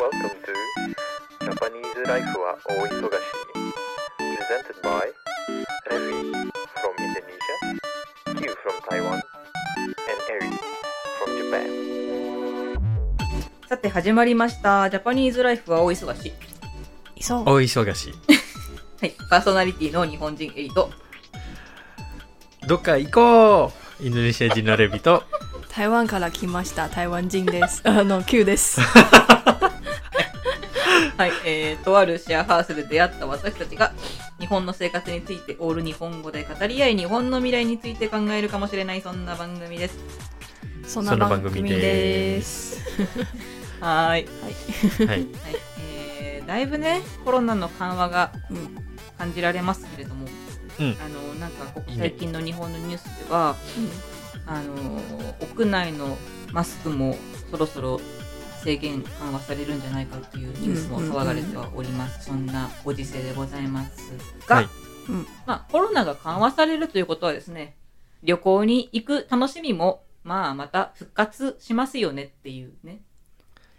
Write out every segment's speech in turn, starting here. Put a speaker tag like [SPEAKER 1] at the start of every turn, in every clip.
[SPEAKER 1] Welcome to Japanese Life は大忙しに Presented by Revi from Indonesia, Q from Taiwan, and Eri from Japan
[SPEAKER 2] さて始まりました。ジャパニーズライフは大忙し。
[SPEAKER 3] そう。
[SPEAKER 4] 大忙し
[SPEAKER 2] はい。パーソナリティの日本人エリと。
[SPEAKER 4] いどっか行こうインドネシア人のレビ と
[SPEAKER 3] 台湾から来ました。台湾人です。あの、Q です。
[SPEAKER 2] はい。えー、とあるシェアハウスで出会った私たちが、日本の生活についてオール日本語で語り合い、日本の未来について考えるかもしれない、そんな番組です。
[SPEAKER 3] そんな番組です。
[SPEAKER 2] はーい。
[SPEAKER 4] はい
[SPEAKER 2] はい。えー、だいぶね、コロナの緩和が
[SPEAKER 3] うん
[SPEAKER 2] 感じられますけれども、
[SPEAKER 4] うん
[SPEAKER 2] あの、なんかここ
[SPEAKER 4] いいね
[SPEAKER 2] 最近の日本のニュースでは、あの屋内のマスクもそろそろ制限緩和されるんじゃないかっていうニュースも騒がれてはおります、そんなご時世でございますが、
[SPEAKER 4] はい
[SPEAKER 3] うん
[SPEAKER 2] まあ、コロナが緩和されるということはですね旅行に行く楽しみも、まあ、また復活しますよねっていうね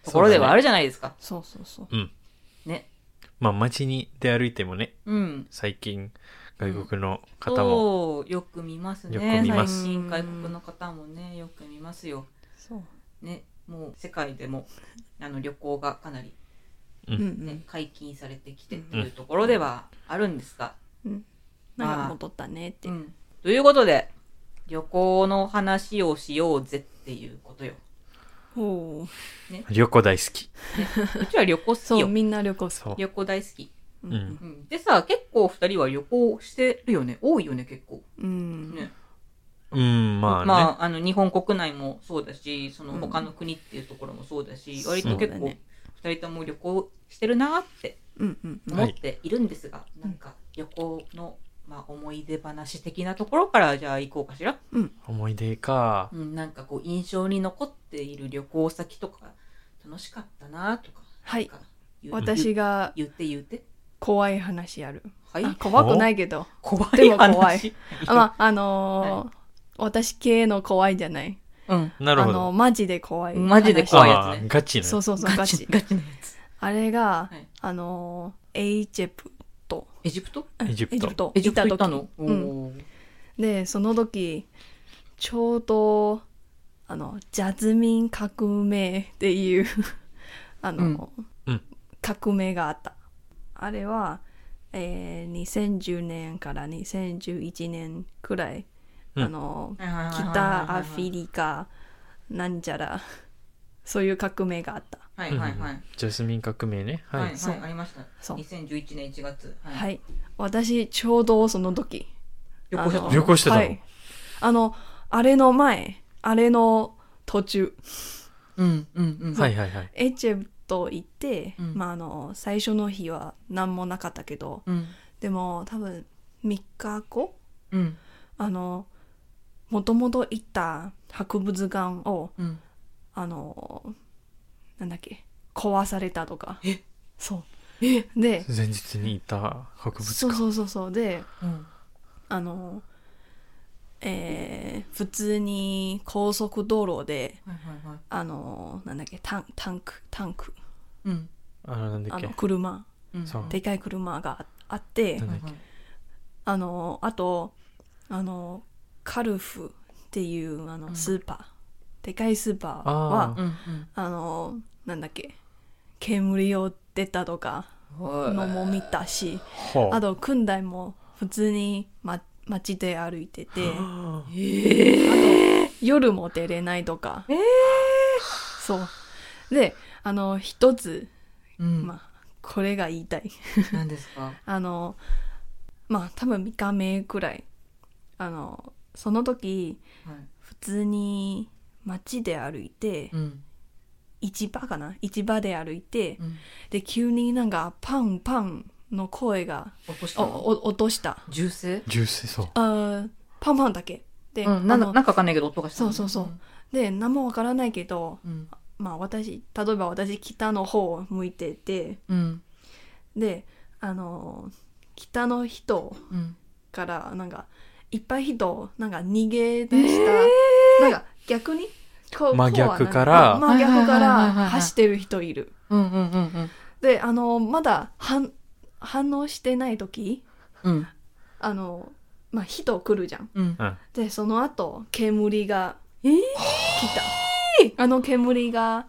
[SPEAKER 2] ところではあるじゃないですか。
[SPEAKER 3] そうそうそう。
[SPEAKER 2] ね
[SPEAKER 4] まあ街に出歩いてもね
[SPEAKER 2] うん、
[SPEAKER 4] 最近外国の方
[SPEAKER 2] そ
[SPEAKER 4] も
[SPEAKER 2] うよく見ますね
[SPEAKER 4] よく見ます
[SPEAKER 2] 最近外国の方もねよく見ますよ。
[SPEAKER 3] そう。
[SPEAKER 2] ね、もう世界でもあの旅行がかなり
[SPEAKER 3] うんう
[SPEAKER 2] ね
[SPEAKER 3] ん。
[SPEAKER 2] 解禁されてきてっていうところではあるんですが、
[SPEAKER 3] なんか戻ったねって
[SPEAKER 2] う。んということで旅行の話をしようぜっていう ことよ
[SPEAKER 3] おー
[SPEAKER 4] 旅行大好き
[SPEAKER 2] うちは旅行好き
[SPEAKER 3] そう、
[SPEAKER 2] よ
[SPEAKER 3] みんな旅行す
[SPEAKER 4] そ
[SPEAKER 3] る。
[SPEAKER 4] う
[SPEAKER 2] 旅行大好き、
[SPEAKER 3] う
[SPEAKER 4] うんん
[SPEAKER 2] うん、でさ結構2人は旅行してるよね多いよね結構
[SPEAKER 3] うん。
[SPEAKER 2] ね
[SPEAKER 4] うんまあね、
[SPEAKER 2] まああの日本国内もそうだしその
[SPEAKER 3] うん
[SPEAKER 2] 他の国っていうところもそうだし、
[SPEAKER 3] そう
[SPEAKER 2] 割と結
[SPEAKER 3] そう
[SPEAKER 2] 構
[SPEAKER 3] だね
[SPEAKER 2] 2人とも旅行してるなーって
[SPEAKER 3] うんうんうん。
[SPEAKER 2] 思っているんですが、なんか旅行の、まあ、思い出話的なところからじゃあ行こうかしら
[SPEAKER 4] 思い出か
[SPEAKER 2] うん、なんかこう印象に残っている旅行先とか楽しかったなとか
[SPEAKER 3] はい
[SPEAKER 2] なんか言う
[SPEAKER 3] 私が
[SPEAKER 2] 言って言って
[SPEAKER 3] 怖い話やる。
[SPEAKER 2] は
[SPEAKER 3] あ
[SPEAKER 2] い
[SPEAKER 3] 怖くないけど。
[SPEAKER 2] 怖
[SPEAKER 3] で
[SPEAKER 2] い
[SPEAKER 3] も怖い
[SPEAKER 2] 話
[SPEAKER 3] あ、まあ、あのー、私系の怖いじゃない。
[SPEAKER 2] うん
[SPEAKER 4] な
[SPEAKER 3] あ
[SPEAKER 4] るほ
[SPEAKER 3] の、
[SPEAKER 4] ど
[SPEAKER 3] マジで怖い。
[SPEAKER 2] マジで
[SPEAKER 4] あ
[SPEAKER 2] 怖いやつね
[SPEAKER 4] あガチな
[SPEAKER 3] そうそうそう、ガチ。
[SPEAKER 2] ガチのやつ
[SPEAKER 3] あれが
[SPEAKER 2] はい、
[SPEAKER 3] あのー、エイジェプト。
[SPEAKER 2] エジプト
[SPEAKER 4] エジプト
[SPEAKER 2] エジプト行った
[SPEAKER 3] 時
[SPEAKER 2] の
[SPEAKER 3] うん
[SPEAKER 2] おー
[SPEAKER 3] でその時ちょうどあのジャズミン革命っていう あの、
[SPEAKER 4] うんうん
[SPEAKER 3] 革命があったあれは、えー2010年から2011年くらい、
[SPEAKER 4] うん
[SPEAKER 3] あの北アフィリカなんちゃらそういう革命があった
[SPEAKER 2] は
[SPEAKER 4] う
[SPEAKER 2] い
[SPEAKER 4] ん
[SPEAKER 2] はいはい
[SPEAKER 4] ジャスミン革命ね
[SPEAKER 2] はい
[SPEAKER 4] は、
[SPEAKER 2] はいい
[SPEAKER 3] そう
[SPEAKER 2] ありました
[SPEAKER 3] そう
[SPEAKER 2] 2011年1月は
[SPEAKER 3] はいい私ちょうどその時
[SPEAKER 2] 旅行者
[SPEAKER 3] あ
[SPEAKER 2] と
[SPEAKER 3] の
[SPEAKER 4] 旅行してたの
[SPEAKER 3] はい、あのあれの前あれの途中
[SPEAKER 2] うんうんうん
[SPEAKER 4] はいはいはい
[SPEAKER 3] エチェブと行って、
[SPEAKER 2] うん
[SPEAKER 3] まあ、あの最初の日は何もなかったけど
[SPEAKER 2] うん
[SPEAKER 3] でも多分3日後
[SPEAKER 2] うん
[SPEAKER 3] あのもともと行った博物館を
[SPEAKER 2] うん
[SPEAKER 3] あのなんだっけ壊されたとか
[SPEAKER 2] え
[SPEAKER 3] そう
[SPEAKER 2] え
[SPEAKER 3] で
[SPEAKER 4] 前日にいた博物
[SPEAKER 3] そう
[SPEAKER 4] 館
[SPEAKER 3] そうそうそうで
[SPEAKER 2] うん
[SPEAKER 3] あのえー普通に高速道路で
[SPEAKER 2] はいはいはい
[SPEAKER 3] あのなんだっけタンタンクタンク
[SPEAKER 2] うん
[SPEAKER 4] あのなんだ
[SPEAKER 3] あ
[SPEAKER 4] っけ
[SPEAKER 3] の車
[SPEAKER 2] うん
[SPEAKER 4] そう
[SPEAKER 3] でかい車がああって、
[SPEAKER 4] なんだ
[SPEAKER 2] は
[SPEAKER 4] っ
[SPEAKER 2] いはい
[SPEAKER 3] あの、あと、あの、カルフっていうあ
[SPEAKER 2] う
[SPEAKER 3] の
[SPEAKER 2] ん
[SPEAKER 3] スーパー、でかいスーパー
[SPEAKER 4] あ
[SPEAKER 3] は、
[SPEAKER 4] ー
[SPEAKER 2] うんうん
[SPEAKER 3] あの、なんだっけ、煙を出たとかのも見たし、
[SPEAKER 4] ほう
[SPEAKER 3] あと、訓台も普通に、ま、街で歩いてて、あと、夜も出れないとか、そう。で、あの、一つ、
[SPEAKER 2] うん
[SPEAKER 3] まあ、これが言いた い。
[SPEAKER 2] 何ですか
[SPEAKER 3] あのまあ多分3日目くらいあのその時
[SPEAKER 2] はい
[SPEAKER 3] 普通に街で歩いて、
[SPEAKER 2] うん
[SPEAKER 3] 市場かな市場で歩いて、
[SPEAKER 2] うん
[SPEAKER 3] で急になんかパンパンの声が
[SPEAKER 2] 落とし
[SPEAKER 3] お
[SPEAKER 2] たの
[SPEAKER 3] お落とした
[SPEAKER 2] 銃声
[SPEAKER 4] 重生そう
[SPEAKER 3] あーパンパンだけで、
[SPEAKER 2] うんな
[SPEAKER 3] あ
[SPEAKER 2] ん
[SPEAKER 3] の
[SPEAKER 2] かなんかわかんないけど音がしたの
[SPEAKER 3] そうそうそうで何もわからないけど
[SPEAKER 2] うん
[SPEAKER 3] まあ私例えば私北の方を向いてて
[SPEAKER 2] うん
[SPEAKER 3] であの北の人
[SPEAKER 2] うん
[SPEAKER 3] からなんかいっぱい人なんか逃げ出した、なんか逆にこう
[SPEAKER 4] 真
[SPEAKER 3] こうはなん
[SPEAKER 4] 逆から
[SPEAKER 3] あ真
[SPEAKER 2] は
[SPEAKER 3] 逆か
[SPEAKER 2] いはいはい
[SPEAKER 3] ら
[SPEAKER 2] はいはい
[SPEAKER 3] 走ってる人いる
[SPEAKER 2] うんうんうん
[SPEAKER 3] であのまだ反反応してない時
[SPEAKER 2] うん
[SPEAKER 3] あの、まあ、人来るじゃん
[SPEAKER 2] うん
[SPEAKER 4] うん
[SPEAKER 3] でその後煙が
[SPEAKER 2] えー
[SPEAKER 3] 来たあの煙が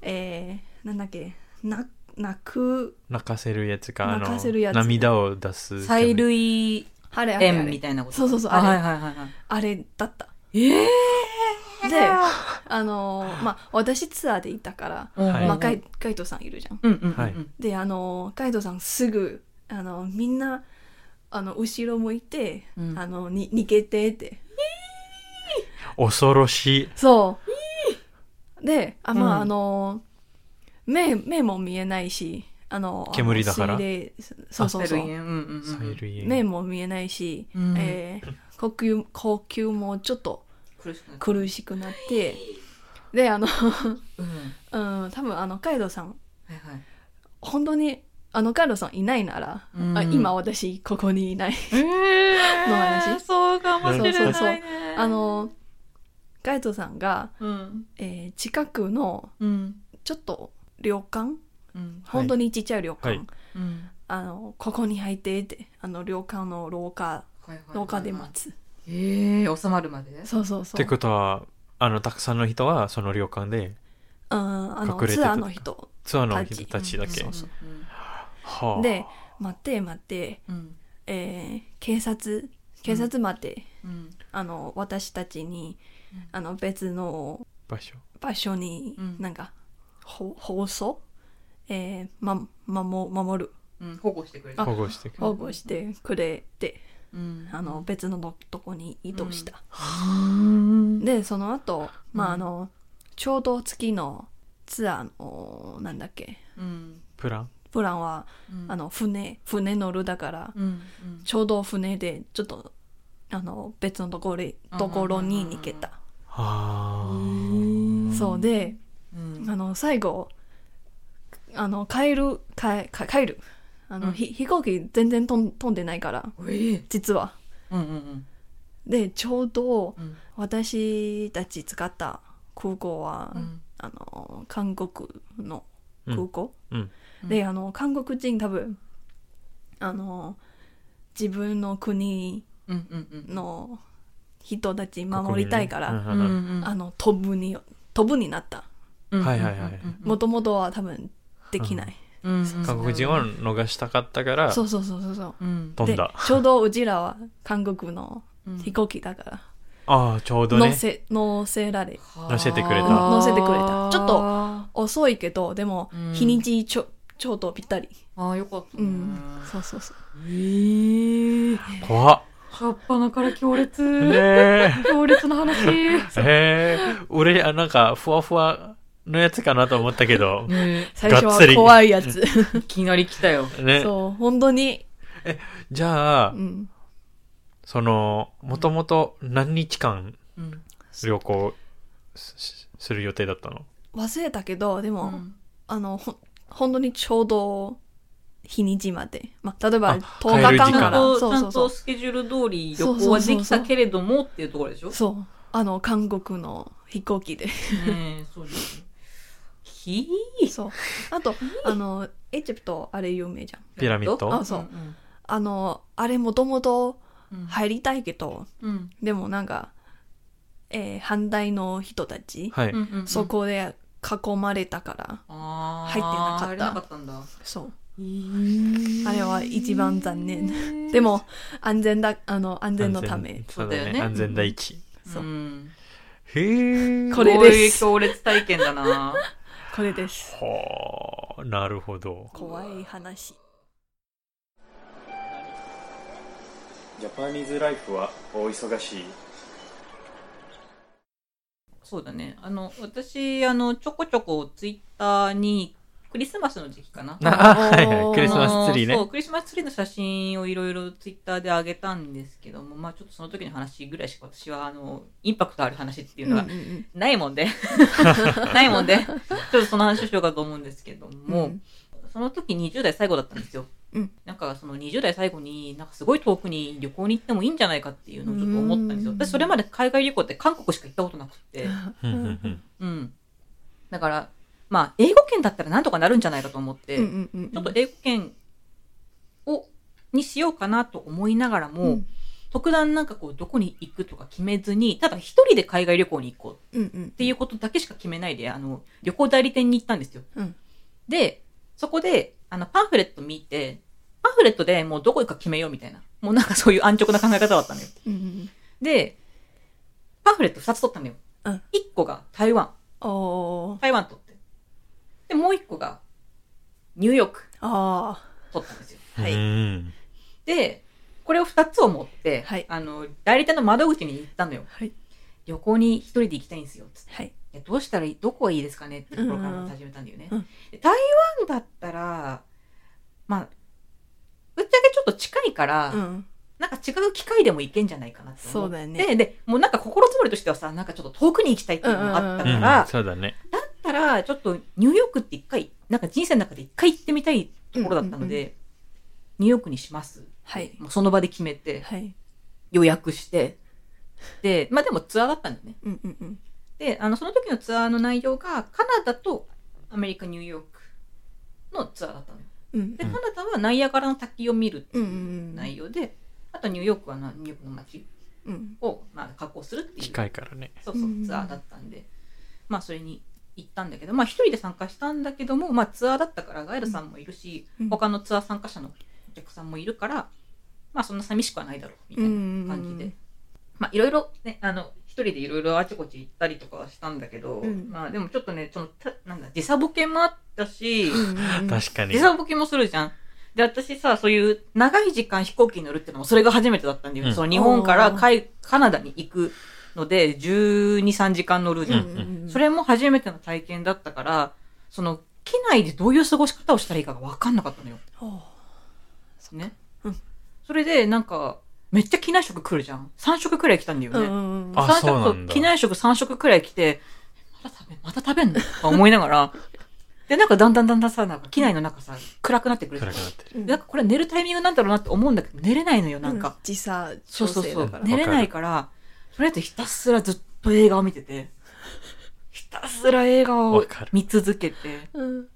[SPEAKER 3] えー、なんだっけな泣く
[SPEAKER 4] 泣かせるやつか、あ
[SPEAKER 3] 泣かせ
[SPEAKER 4] の
[SPEAKER 3] るやつ
[SPEAKER 4] 涙を出す。
[SPEAKER 2] 催涙
[SPEAKER 3] あれあれあ
[SPEAKER 2] 炎み
[SPEAKER 3] れ
[SPEAKER 2] たいなこと
[SPEAKER 3] そうそうそう
[SPEAKER 2] あ
[SPEAKER 3] あれ
[SPEAKER 2] はいはいはいはい
[SPEAKER 3] あれだった
[SPEAKER 2] ええ
[SPEAKER 3] であのまあ私ツアーで行ったから、
[SPEAKER 4] はい
[SPEAKER 3] まあ、ガイガイドさんいるじゃん
[SPEAKER 2] うんうんうんうん
[SPEAKER 4] はい
[SPEAKER 3] であのガイドさんすぐあのみんなあの後ろ向いて、
[SPEAKER 2] うん
[SPEAKER 3] あのに逃げてって
[SPEAKER 4] 恐ろしい。
[SPEAKER 3] そうであまあ、
[SPEAKER 2] うん
[SPEAKER 3] あの目目も見えないしあの
[SPEAKER 4] 煙だから
[SPEAKER 3] 水冷そうそうそ
[SPEAKER 2] 催
[SPEAKER 3] う
[SPEAKER 2] 涙炎うんうんうん
[SPEAKER 4] 催涙
[SPEAKER 3] 目も見えないし、
[SPEAKER 2] うん
[SPEAKER 3] えー呼吸呼吸もちょっと
[SPEAKER 2] 苦しくなる
[SPEAKER 3] 苦しくなってであの、
[SPEAKER 2] うん
[SPEAKER 3] うん、多分あのガイドさん
[SPEAKER 2] はいはい
[SPEAKER 3] 本当にあのガイドさんいないなら、
[SPEAKER 2] うん
[SPEAKER 3] あ今私ここにいない
[SPEAKER 2] え
[SPEAKER 3] ーの話
[SPEAKER 2] そうかもしれないね。
[SPEAKER 3] そうそうあのガイドさんが、
[SPEAKER 2] うん、
[SPEAKER 3] えー近くの
[SPEAKER 2] うん、
[SPEAKER 3] ちょっと旅館
[SPEAKER 2] うん、
[SPEAKER 3] 本当にちっちゃい旅館、
[SPEAKER 4] はい
[SPEAKER 2] うん。
[SPEAKER 3] あのここに入ってってあの旅館の廊下
[SPEAKER 2] はいはいはいはい
[SPEAKER 3] 廊下で待つ、
[SPEAKER 2] ええ収まるまで。
[SPEAKER 3] そうそうそ
[SPEAKER 4] って
[SPEAKER 3] う
[SPEAKER 4] ことは、あの、たくさんの人は、その旅館で、
[SPEAKER 3] うんあ
[SPEAKER 4] 隠
[SPEAKER 3] の
[SPEAKER 4] れてた
[SPEAKER 3] ツアーの人
[SPEAKER 4] ツアーの人たちだけ
[SPEAKER 2] うん。そうそう
[SPEAKER 4] はあ
[SPEAKER 3] で待って待って、
[SPEAKER 2] うん、
[SPEAKER 3] えー警察警察待って、
[SPEAKER 2] うん、
[SPEAKER 3] あの私たちに
[SPEAKER 2] うん
[SPEAKER 3] あの別の
[SPEAKER 4] 場所。
[SPEAKER 3] 場所に
[SPEAKER 2] うん
[SPEAKER 3] なんか、ほ放送、えーま、守守る
[SPEAKER 2] うん、保護してくれる。
[SPEAKER 4] 保護してく
[SPEAKER 3] 保護してくれて、
[SPEAKER 2] うん、
[SPEAKER 3] あの別のどとこに移動した、
[SPEAKER 2] うん、
[SPEAKER 3] でその後、まあ
[SPEAKER 2] うん
[SPEAKER 3] あのちょうど月のツアーのなんだっけ
[SPEAKER 2] うん、
[SPEAKER 4] プラン。
[SPEAKER 3] プランは、
[SPEAKER 2] うん
[SPEAKER 3] あ、の船船乗るだから、
[SPEAKER 2] うん、うん、
[SPEAKER 3] ちょうど船でちょっとあの別のところところに逃げた、
[SPEAKER 4] は
[SPEAKER 3] そうで
[SPEAKER 2] うん、
[SPEAKER 3] あの最後あの帰る帰帰帰るあの、
[SPEAKER 2] うん
[SPEAKER 3] ひ飛行機全然飛ん飛んでないから
[SPEAKER 2] ええ
[SPEAKER 3] 実は
[SPEAKER 2] うん、うん、
[SPEAKER 3] でちょうど
[SPEAKER 2] うん、
[SPEAKER 3] 私たち使った空港は、
[SPEAKER 2] うん、
[SPEAKER 3] あの韓国の空港、
[SPEAKER 4] うん
[SPEAKER 2] うん
[SPEAKER 3] であの韓国人多分あの自分の国
[SPEAKER 2] うん、うん、
[SPEAKER 3] の人たち
[SPEAKER 4] あ。
[SPEAKER 3] 守りたいから、
[SPEAKER 4] ここ
[SPEAKER 2] う
[SPEAKER 4] にねうんうん
[SPEAKER 2] ん、
[SPEAKER 3] あの飛ぶに飛ぶになった
[SPEAKER 2] うん、
[SPEAKER 4] はいはいはい
[SPEAKER 3] もともとは多分できない、
[SPEAKER 2] うん、
[SPEAKER 4] 韓国人は逃したかったから、
[SPEAKER 3] そうそうそうそうそう
[SPEAKER 2] うん、
[SPEAKER 4] 飛ん
[SPEAKER 3] で
[SPEAKER 4] だ。
[SPEAKER 3] ちょうどうちらは韓国の
[SPEAKER 2] うん
[SPEAKER 3] 飛行機だから、
[SPEAKER 4] ああ、ちょうど
[SPEAKER 3] 乗
[SPEAKER 4] ね。
[SPEAKER 3] せ乗せられ
[SPEAKER 4] 乗せてくれた
[SPEAKER 3] 乗せてくれたちょっと
[SPEAKER 2] あ
[SPEAKER 3] 遅いけどでも
[SPEAKER 2] うん
[SPEAKER 3] 日にちちょちょうどぴったり
[SPEAKER 2] あ、よかった
[SPEAKER 3] う
[SPEAKER 2] ね。
[SPEAKER 3] ん、そうそうそう
[SPEAKER 2] えー、
[SPEAKER 4] 怖っ。
[SPEAKER 2] 初っぱなから強
[SPEAKER 4] ね
[SPEAKER 2] 烈。
[SPEAKER 4] え。
[SPEAKER 2] 強烈な話。
[SPEAKER 4] えー、俺、あなんか、ふわふわのやつかなと思ったけど、
[SPEAKER 2] ね
[SPEAKER 3] 最初
[SPEAKER 4] がっつり
[SPEAKER 3] は怖いやつ
[SPEAKER 2] えいきなり来たよ。
[SPEAKER 4] ね。
[SPEAKER 3] そう本当に
[SPEAKER 4] じゃあ、
[SPEAKER 3] うん
[SPEAKER 4] その、もともと何日間
[SPEAKER 2] うん。
[SPEAKER 4] 旅行すすする予定だったの
[SPEAKER 3] 忘れたけどでも、
[SPEAKER 2] うん
[SPEAKER 3] あのほん本当にちょうど日にちまで、まあ、例えば
[SPEAKER 4] あ
[SPEAKER 3] 10
[SPEAKER 4] 帰
[SPEAKER 3] 日
[SPEAKER 4] る
[SPEAKER 3] 間か
[SPEAKER 4] 時間
[SPEAKER 2] ちゃん
[SPEAKER 3] ら
[SPEAKER 2] と
[SPEAKER 3] そ
[SPEAKER 2] ち
[SPEAKER 3] う
[SPEAKER 2] ゃ
[SPEAKER 3] そうんそ
[SPEAKER 2] と
[SPEAKER 3] う
[SPEAKER 2] スケジュール通り旅行はできたけれどもっていうところでしょ
[SPEAKER 3] そうあの韓国の飛行機で
[SPEAKER 2] ねえそうですね。ひ
[SPEAKER 3] そうあとあのエジプトあれ有名じゃん
[SPEAKER 4] ピラミッド
[SPEAKER 3] あそう。あのあれもともと
[SPEAKER 2] うん。い。
[SPEAKER 3] 入りたいけど
[SPEAKER 2] うん。
[SPEAKER 3] でもなんか、えー反対の人たち、
[SPEAKER 4] はい、
[SPEAKER 2] うんうん
[SPEAKER 3] そ。こで囲まれたから
[SPEAKER 2] ああ。
[SPEAKER 3] 入ってなかった
[SPEAKER 2] 入れなかったんだ。
[SPEAKER 3] そう
[SPEAKER 2] あ
[SPEAKER 3] あれは一番残念 でも安全だあの安全のため
[SPEAKER 4] そうだ
[SPEAKER 2] そうだ
[SPEAKER 4] ね
[SPEAKER 2] よね
[SPEAKER 4] 安全第一
[SPEAKER 3] そう
[SPEAKER 2] うん。
[SPEAKER 4] へえ
[SPEAKER 3] これです
[SPEAKER 2] ごい強烈体験だな。
[SPEAKER 3] これです
[SPEAKER 4] はあなるほど
[SPEAKER 3] 怖い話
[SPEAKER 1] ジャパニーズライフは大忙しい
[SPEAKER 2] そうだね。あの、私、あの、ちょこちょこツイッターに、クリスマスの時期かな。
[SPEAKER 4] な
[SPEAKER 3] お
[SPEAKER 4] は
[SPEAKER 3] ー
[SPEAKER 4] いはいクリスマスツリー
[SPEAKER 2] あのそ
[SPEAKER 4] ね
[SPEAKER 2] う、クリスマスツリーの写真をいろいろツイッターで上げたんですけども、まあちょっとその時の話ぐらいしか私は、あの、インパクトある話っていうの
[SPEAKER 3] う
[SPEAKER 2] が
[SPEAKER 3] んうんうん
[SPEAKER 2] ないもん で、ないもんで、ちょっとその話をしようかと思うんですけども、
[SPEAKER 3] うん
[SPEAKER 2] その時20代最後だったんですよ。
[SPEAKER 3] うん
[SPEAKER 2] なんかその20代最後になんかすごい遠くに旅行に行ってもいいんじゃないかっていうのをちょっと思ったんですよ。
[SPEAKER 3] うん
[SPEAKER 2] 私それまで海外旅行って韓国しか行ったことなくって。
[SPEAKER 4] うんうんうん
[SPEAKER 2] うん。だから、まあ、英語圏だったらなんとかなるんじゃないかと思って、
[SPEAKER 3] うんうんうんうん
[SPEAKER 2] ちょっと英語圏をにしようかなと思いながらも、
[SPEAKER 3] うん
[SPEAKER 2] 特段なんかこうどこに行くとか決めずにただ一人で海外旅行に行こうっ
[SPEAKER 3] うんうん
[SPEAKER 2] ていうことだけしか決めないであの旅行代理店に行ったんですよ。
[SPEAKER 3] うん
[SPEAKER 2] でそこであのパンフレット見てパンフレットでもうどこ行くか決めようみたいなもうなんかそういう安直な考え方だったのよ。
[SPEAKER 3] うんうん
[SPEAKER 2] でパンフレット2つ取ったのよ。
[SPEAKER 3] うん
[SPEAKER 2] 1個が台湾
[SPEAKER 3] おー
[SPEAKER 2] 台湾取ってでもう1個がニューヨーク
[SPEAKER 3] あ
[SPEAKER 2] 取ったんですよ。
[SPEAKER 3] はい
[SPEAKER 4] うん
[SPEAKER 2] で、これを2つを持って、
[SPEAKER 3] はい
[SPEAKER 2] あの、代理店の窓口に行ったのよ
[SPEAKER 3] ー。はい
[SPEAKER 2] 旅行に一人で行きたいんですよ。つって
[SPEAKER 3] はい
[SPEAKER 2] いやどうしたらいい、どこがいいですかねってところか
[SPEAKER 3] うんう
[SPEAKER 2] ら
[SPEAKER 3] ん
[SPEAKER 2] 始めたんだよね。
[SPEAKER 3] うん
[SPEAKER 2] で台湾だったら、まあ、ぶっちゃけちょっと近いから、
[SPEAKER 3] うん
[SPEAKER 2] なんか違う機会でも行けんじゃないかなって
[SPEAKER 3] そ
[SPEAKER 2] 思
[SPEAKER 3] う
[SPEAKER 2] って。
[SPEAKER 3] だよね
[SPEAKER 2] で、で、もうなんか心積もりとしてはさ、なんかちょっと遠くに行きたいっていうのがあった
[SPEAKER 4] う
[SPEAKER 2] か
[SPEAKER 4] ん
[SPEAKER 2] ら、
[SPEAKER 4] そうだね
[SPEAKER 2] だったら、ちょっとニューヨークって一回、なんか人生の中で一回行ってみたいところだったので、
[SPEAKER 3] うん
[SPEAKER 2] ニューヨークにします。
[SPEAKER 3] はい
[SPEAKER 2] もうその場で決めて、
[SPEAKER 3] はい
[SPEAKER 2] 予約して、で、まあでもツアーだったんだよね。
[SPEAKER 3] うんうんうん
[SPEAKER 2] で、あの、その時のツアーの内容が、カナダとアメリカ、ニューヨークのツアーだったのよ。
[SPEAKER 3] うん
[SPEAKER 2] で、
[SPEAKER 4] うん
[SPEAKER 2] カナダはナイアガラの滝を見るって
[SPEAKER 3] うんう
[SPEAKER 2] いうん内容で、あとニューヨークはなニューヨークの街
[SPEAKER 3] うん
[SPEAKER 2] を、まあ、観光するっていう。
[SPEAKER 4] 近いからね
[SPEAKER 2] そうそう
[SPEAKER 3] うん
[SPEAKER 2] ツアーだったんで、まあそれに行ったんだけどまあ一人で参加したんだけども、まあ、ツアーだったからガエルさんもいるし、
[SPEAKER 3] うん
[SPEAKER 2] 他のツアー参加者のお客さんもいるからまあそんな寂しくはないだろうみたいな感じで、
[SPEAKER 3] うん
[SPEAKER 2] まあいろいろねあの一人でいろいろあちこち行ったりとかはしたんだけど、
[SPEAKER 3] うん
[SPEAKER 2] まあでもちょっとねそのたなんだ時差ボケもあったし
[SPEAKER 3] うん
[SPEAKER 4] 確かに
[SPEAKER 2] 時差ボケもするじゃん。で私さそういう長い時間飛行機に乗るってのもそれが初めてだったんだよ、
[SPEAKER 4] うん
[SPEAKER 2] その日本から海カナダに行くので1 2 3時間乗るじゃん、
[SPEAKER 3] うん
[SPEAKER 2] それも初めての体験だったからその機内でどういう過ごし方をしたらいいかが分かんなかったのよ、
[SPEAKER 3] おー
[SPEAKER 2] ね
[SPEAKER 3] うん
[SPEAKER 2] それでなんかめっちゃ機内食来るじゃん3食くらい来たんだよね、
[SPEAKER 3] うんうんうん
[SPEAKER 4] あ
[SPEAKER 2] 三食
[SPEAKER 4] そうなんだ
[SPEAKER 2] 機内食3食くらい来て、まだ食べ、また食べんのとか思いなが ら、で、なんかだんだんだんだんさ、なんか機内の中さ、暗くなってくるじゃ
[SPEAKER 4] 暗
[SPEAKER 2] ん
[SPEAKER 4] くなってる
[SPEAKER 3] うん
[SPEAKER 2] なんかこれ寝るタイミングなんだろうなって思うんだけど、寝れないのよ、なん
[SPEAKER 3] う
[SPEAKER 2] か。
[SPEAKER 3] 時差
[SPEAKER 2] そ
[SPEAKER 3] 調
[SPEAKER 2] うそう
[SPEAKER 3] 整
[SPEAKER 2] そ
[SPEAKER 3] だ
[SPEAKER 2] う
[SPEAKER 3] から。
[SPEAKER 2] 寝れないから、とりあえずひたすらずっと映画を見てて、ひたすら映画
[SPEAKER 4] わ
[SPEAKER 2] を
[SPEAKER 4] かる
[SPEAKER 2] 見続けて、
[SPEAKER 3] うん
[SPEAKER 2] っ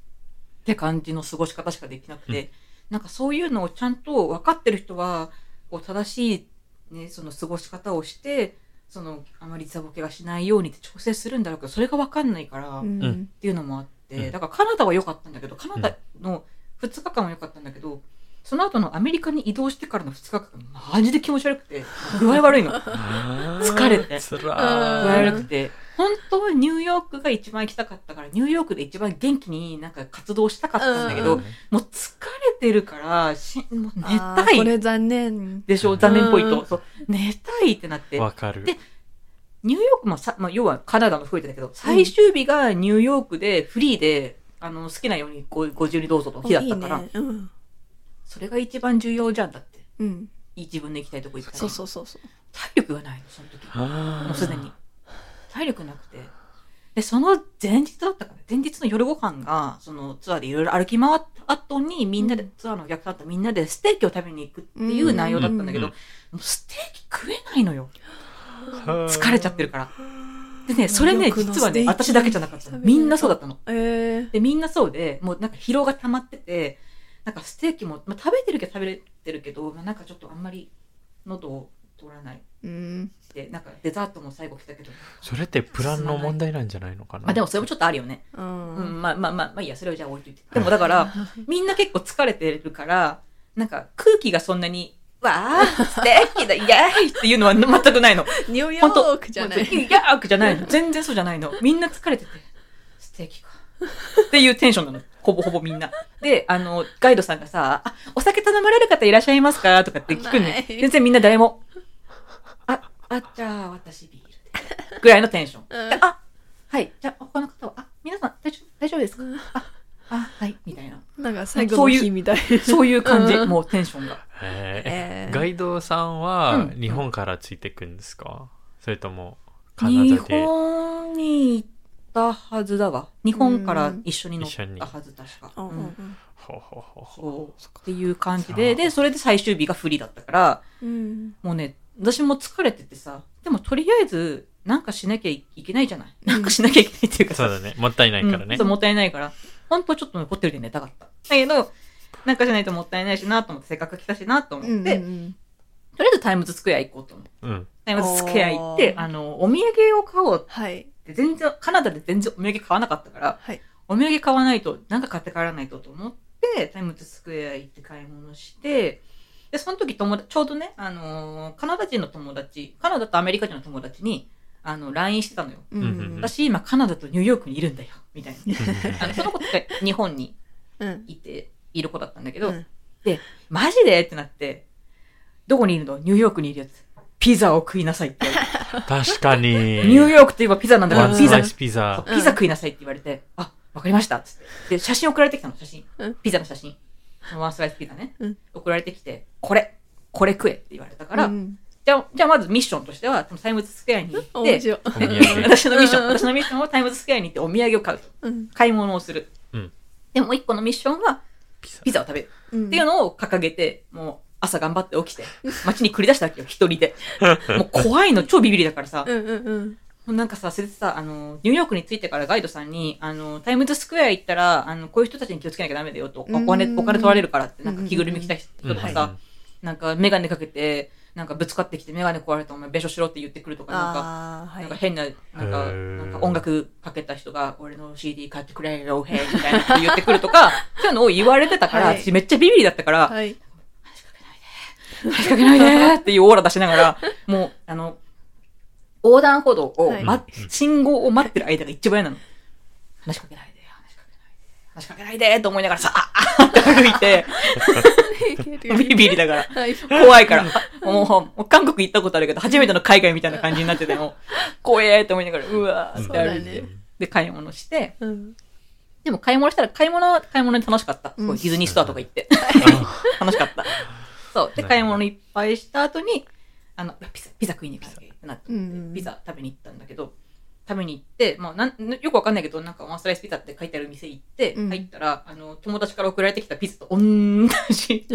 [SPEAKER 2] て感じの過ごし方しかできなくて、なんかそういうのをちゃんと分かってる人はこう正しい、ね、その過ごし方をしてそのあまりザボケがしないようにって調整するんだろうけどそれが分かんないから、
[SPEAKER 3] う
[SPEAKER 2] っ
[SPEAKER 3] ん
[SPEAKER 2] ていうのもあって、
[SPEAKER 4] うん
[SPEAKER 2] だからカナダは良かったんだけどカナダの2日間は良かったんだけど、その後のアメリカに移動してからの2日間マジで気持ち悪くて具合 悪いの具疲
[SPEAKER 4] 疲
[SPEAKER 2] れて
[SPEAKER 4] つ
[SPEAKER 2] 合
[SPEAKER 4] ら
[SPEAKER 2] 悪くて本当はニューヨークが一番行きたかったからニューヨークで一番元気になんか活動したかったんだけ
[SPEAKER 4] ー
[SPEAKER 2] ど、
[SPEAKER 3] うん
[SPEAKER 2] もう疲れてるから、しもう寝
[SPEAKER 3] あ
[SPEAKER 2] た
[SPEAKER 3] ーこ
[SPEAKER 2] い
[SPEAKER 3] れ残念
[SPEAKER 2] でしょ、残念ポイン
[SPEAKER 3] う
[SPEAKER 2] ト。
[SPEAKER 3] ん
[SPEAKER 2] そう寝たいってなって。
[SPEAKER 4] わかる
[SPEAKER 2] でニューヨークもさ、まあ、要はカナダも含めてだけど、最終日がニューヨークでフリーで、あの、好きなようにごご自由にどうぞの日だったから、
[SPEAKER 3] いいねうん
[SPEAKER 2] それが一番重要じゃんだって。
[SPEAKER 3] うん
[SPEAKER 2] 自分の行きたいとこ行ったら。
[SPEAKER 3] そうそうそうそう
[SPEAKER 2] 体力がないの、その時。も
[SPEAKER 4] も
[SPEAKER 2] うすでに。体力なくて。で、その前日だったから、前日の夜ご飯が、そのツアーでいろいろ歩き回った後に、みんなで、ツアーのお客さんとみんなでステーキを食べに行くっていう内容だったんだけど、
[SPEAKER 4] うん
[SPEAKER 2] もうステーキ食えないのよ。疲れちゃってるから。でね、それね、
[SPEAKER 3] よくの
[SPEAKER 2] 実は
[SPEAKER 3] ステ
[SPEAKER 2] ね、
[SPEAKER 3] ーキ
[SPEAKER 2] 私だけじゃなかったの。みんなそうだったの。
[SPEAKER 3] ええ
[SPEAKER 2] で、みんなそうで、もうなんか疲労が溜まってて、なんかステーキも、まあ、食べてるけど食べれてるけど、まあ、なんかちょっとあんまり喉を通らない。
[SPEAKER 3] うん
[SPEAKER 2] で、なんかデザートも最後来たけど、
[SPEAKER 4] それってプランの問題なんじゃないのかな
[SPEAKER 2] まあでもそれもちょっとあるよね。
[SPEAKER 3] う
[SPEAKER 2] うんん、まあまあまあ、まあいいや、それはじゃあ置い といて。でもだから、みんな結構疲れてるから、なんか空気がそんなに、わー、 素敵だ、イェーイっていうの は全くないの。
[SPEAKER 3] ニューヨ
[SPEAKER 2] 本当
[SPEAKER 3] ークじゃな
[SPEAKER 2] もう
[SPEAKER 3] い
[SPEAKER 2] イェーイじゃないの。全然そうじゃないの。みんな疲れてて、素敵か。っていうテンションなの。ほぼほぼみんな。で、あの、ガイドさんがさ、あ、お酒頼まれる方いらっしゃいますかとかって聞く
[SPEAKER 3] ない
[SPEAKER 2] ね。全然みんな誰も。あ、あ、じゃあ私ビールで。ぐらいのテンション。
[SPEAKER 3] うん
[SPEAKER 2] であはい。じゃあ、他の方は、あ、皆さん大丈夫大丈夫ですかあ、あ、はい。みたいな。
[SPEAKER 3] なんか最後の日みたい
[SPEAKER 2] そういう感じ、
[SPEAKER 3] うん
[SPEAKER 2] もうテンションが。
[SPEAKER 4] え
[SPEAKER 3] えー
[SPEAKER 4] ーガイドさん
[SPEAKER 2] う
[SPEAKER 4] は
[SPEAKER 2] ん
[SPEAKER 4] 日本からついてくんですかそれともカナ
[SPEAKER 2] 日
[SPEAKER 4] ダで
[SPEAKER 2] 本に行ったはずだわ。日本から一緒に乗っ
[SPEAKER 4] うん
[SPEAKER 2] たはず、確か。
[SPEAKER 3] うん
[SPEAKER 2] うん
[SPEAKER 4] ほうほうほうほう
[SPEAKER 2] そう。っていう感じで、で、それで最終日がフリーだったから、
[SPEAKER 3] うん
[SPEAKER 2] もうね、私も疲れててさ、でもとりあえず、なんかしなきゃいけないじゃない。なんかしなきゃいけないっていうかさ
[SPEAKER 4] そうだね。もったいないから
[SPEAKER 2] う
[SPEAKER 4] ね
[SPEAKER 2] ん、そ。うもったいないから本当はちょっとねホテルで寝たかっただけどなんかじゃないともったいないしなと思ってせっかく来たしなと思って、
[SPEAKER 3] うん
[SPEAKER 2] とりあえずタイムズスクエア行こうと思って
[SPEAKER 4] うん。
[SPEAKER 2] タイムズスクエア行って
[SPEAKER 3] おー
[SPEAKER 2] あのお土産を買おうっ
[SPEAKER 3] はい
[SPEAKER 2] て全然カナダで全然お土産買わなかったから
[SPEAKER 3] はい
[SPEAKER 2] お土産買わないとなんか買って帰らないとと思ってタイムズスクエア行って買い物してでその時友達ちょうどね、あのーカナダ人の友達カナダとアメリカ人の友達にあの LINE してたのよ、
[SPEAKER 3] うん
[SPEAKER 4] うん
[SPEAKER 2] 私今カナダとニューヨークにいるんだよみたいなあのその子って日本に
[SPEAKER 3] うん
[SPEAKER 2] いて、いる子だったんだけど、
[SPEAKER 3] うん
[SPEAKER 2] マジでってなって、どこにいるのニューヨークにいるやつ。ピザを食いなさいって言われて。
[SPEAKER 4] 確かに。
[SPEAKER 2] ニューヨークといえばピザなんだか
[SPEAKER 4] ワ
[SPEAKER 2] ら、
[SPEAKER 4] ン
[SPEAKER 2] ピ
[SPEAKER 4] ス
[SPEAKER 2] ザ
[SPEAKER 4] ライ、スピザ。
[SPEAKER 2] ピザ食いなさいって言われて、あ、わかりましたっつって。で、写真送られてきたの、写真
[SPEAKER 3] うん。
[SPEAKER 2] ピザの写真。ワンスライスピザね
[SPEAKER 3] うん。
[SPEAKER 2] 送られてきて、これ、これ食えって言われたから
[SPEAKER 3] う、ん
[SPEAKER 2] じゃあ、じゃあまずミッションとしては、そのタイムズスクエアに行って、
[SPEAKER 3] 面白い
[SPEAKER 4] お土産。
[SPEAKER 2] 私のミッション、
[SPEAKER 3] うん
[SPEAKER 2] 私のミッションはタイムズスクエアに行ってお土産を買うと。
[SPEAKER 3] うん
[SPEAKER 2] 買い物をする。
[SPEAKER 4] うん
[SPEAKER 2] で、もう一個のミッションは、
[SPEAKER 4] ピザ
[SPEAKER 2] ピザを食べる。
[SPEAKER 3] うん
[SPEAKER 2] っていうのを掲げて、もう朝頑張って起きて、街に繰り出したわけよ、一人で。もう怖いの、超ビビりだからさ。
[SPEAKER 3] うんうんうん
[SPEAKER 2] なんかさ、それでさ、あの、ニューヨークに着いてからガイドさんに、あの、タイムズスクエア行ったら、あの、こういう人たちに気をつけなきゃダメだよと、お
[SPEAKER 3] うん
[SPEAKER 2] 金、お金取られるからって、なんか着ぐるみ着た人
[SPEAKER 4] うん
[SPEAKER 2] とかさ、なんかメガネかけて、なんかぶつかってきてメガネ壊れたお前弁償しろって言ってくるとか、なんか、
[SPEAKER 3] ああ
[SPEAKER 2] な
[SPEAKER 3] ー
[SPEAKER 2] ん
[SPEAKER 3] は
[SPEAKER 2] か
[SPEAKER 3] い
[SPEAKER 2] 変な、なんか、
[SPEAKER 4] へー
[SPEAKER 2] なんか音楽かけた人が、俺の CD 買ってくれよ、へい、みたいなこと言ってくるとか、そういうのを言われてたから、
[SPEAKER 3] はい
[SPEAKER 2] 私めっちゃビビりだったから、
[SPEAKER 3] はい
[SPEAKER 2] 話しかけないでーっていうオーラ出しながら、もう、あの、横断歩道を、
[SPEAKER 3] はい
[SPEAKER 2] ま
[SPEAKER 4] うん
[SPEAKER 2] 信号を待ってる間が一番嫌なの。話しかけないで、話しかけないで、話しかけないでーと思いながらさ、ああって歩いて、ビビりだから。
[SPEAKER 3] はい
[SPEAKER 2] 怖いから。もう、もう韓国行ったことあるけど、初めての海外みたいな感じになってて、もう、怖えーって思いながら、うわーって
[SPEAKER 3] そ
[SPEAKER 2] 歩
[SPEAKER 3] うだ
[SPEAKER 2] いて。
[SPEAKER 3] ね
[SPEAKER 2] で、買い物して、
[SPEAKER 3] うん
[SPEAKER 2] でも買い物したら、買い物は買い物で楽しかった。
[SPEAKER 3] うん
[SPEAKER 2] こうディズニーストアとか行って。
[SPEAKER 4] あ
[SPEAKER 2] 楽しかった。そう。で、
[SPEAKER 4] なるほど
[SPEAKER 2] 買い物いっぱいした後に、あの、ピザ、ピザ食いに行くってなって、
[SPEAKER 3] うん
[SPEAKER 2] ピザ食べに行ったんだけど、食べに行って、まあ、なんよくわかんないけど、なんかワンスライスピザって書いてある店行って、
[SPEAKER 3] うん
[SPEAKER 2] 入ったら、あの、友達から送られてきたピザと同 じ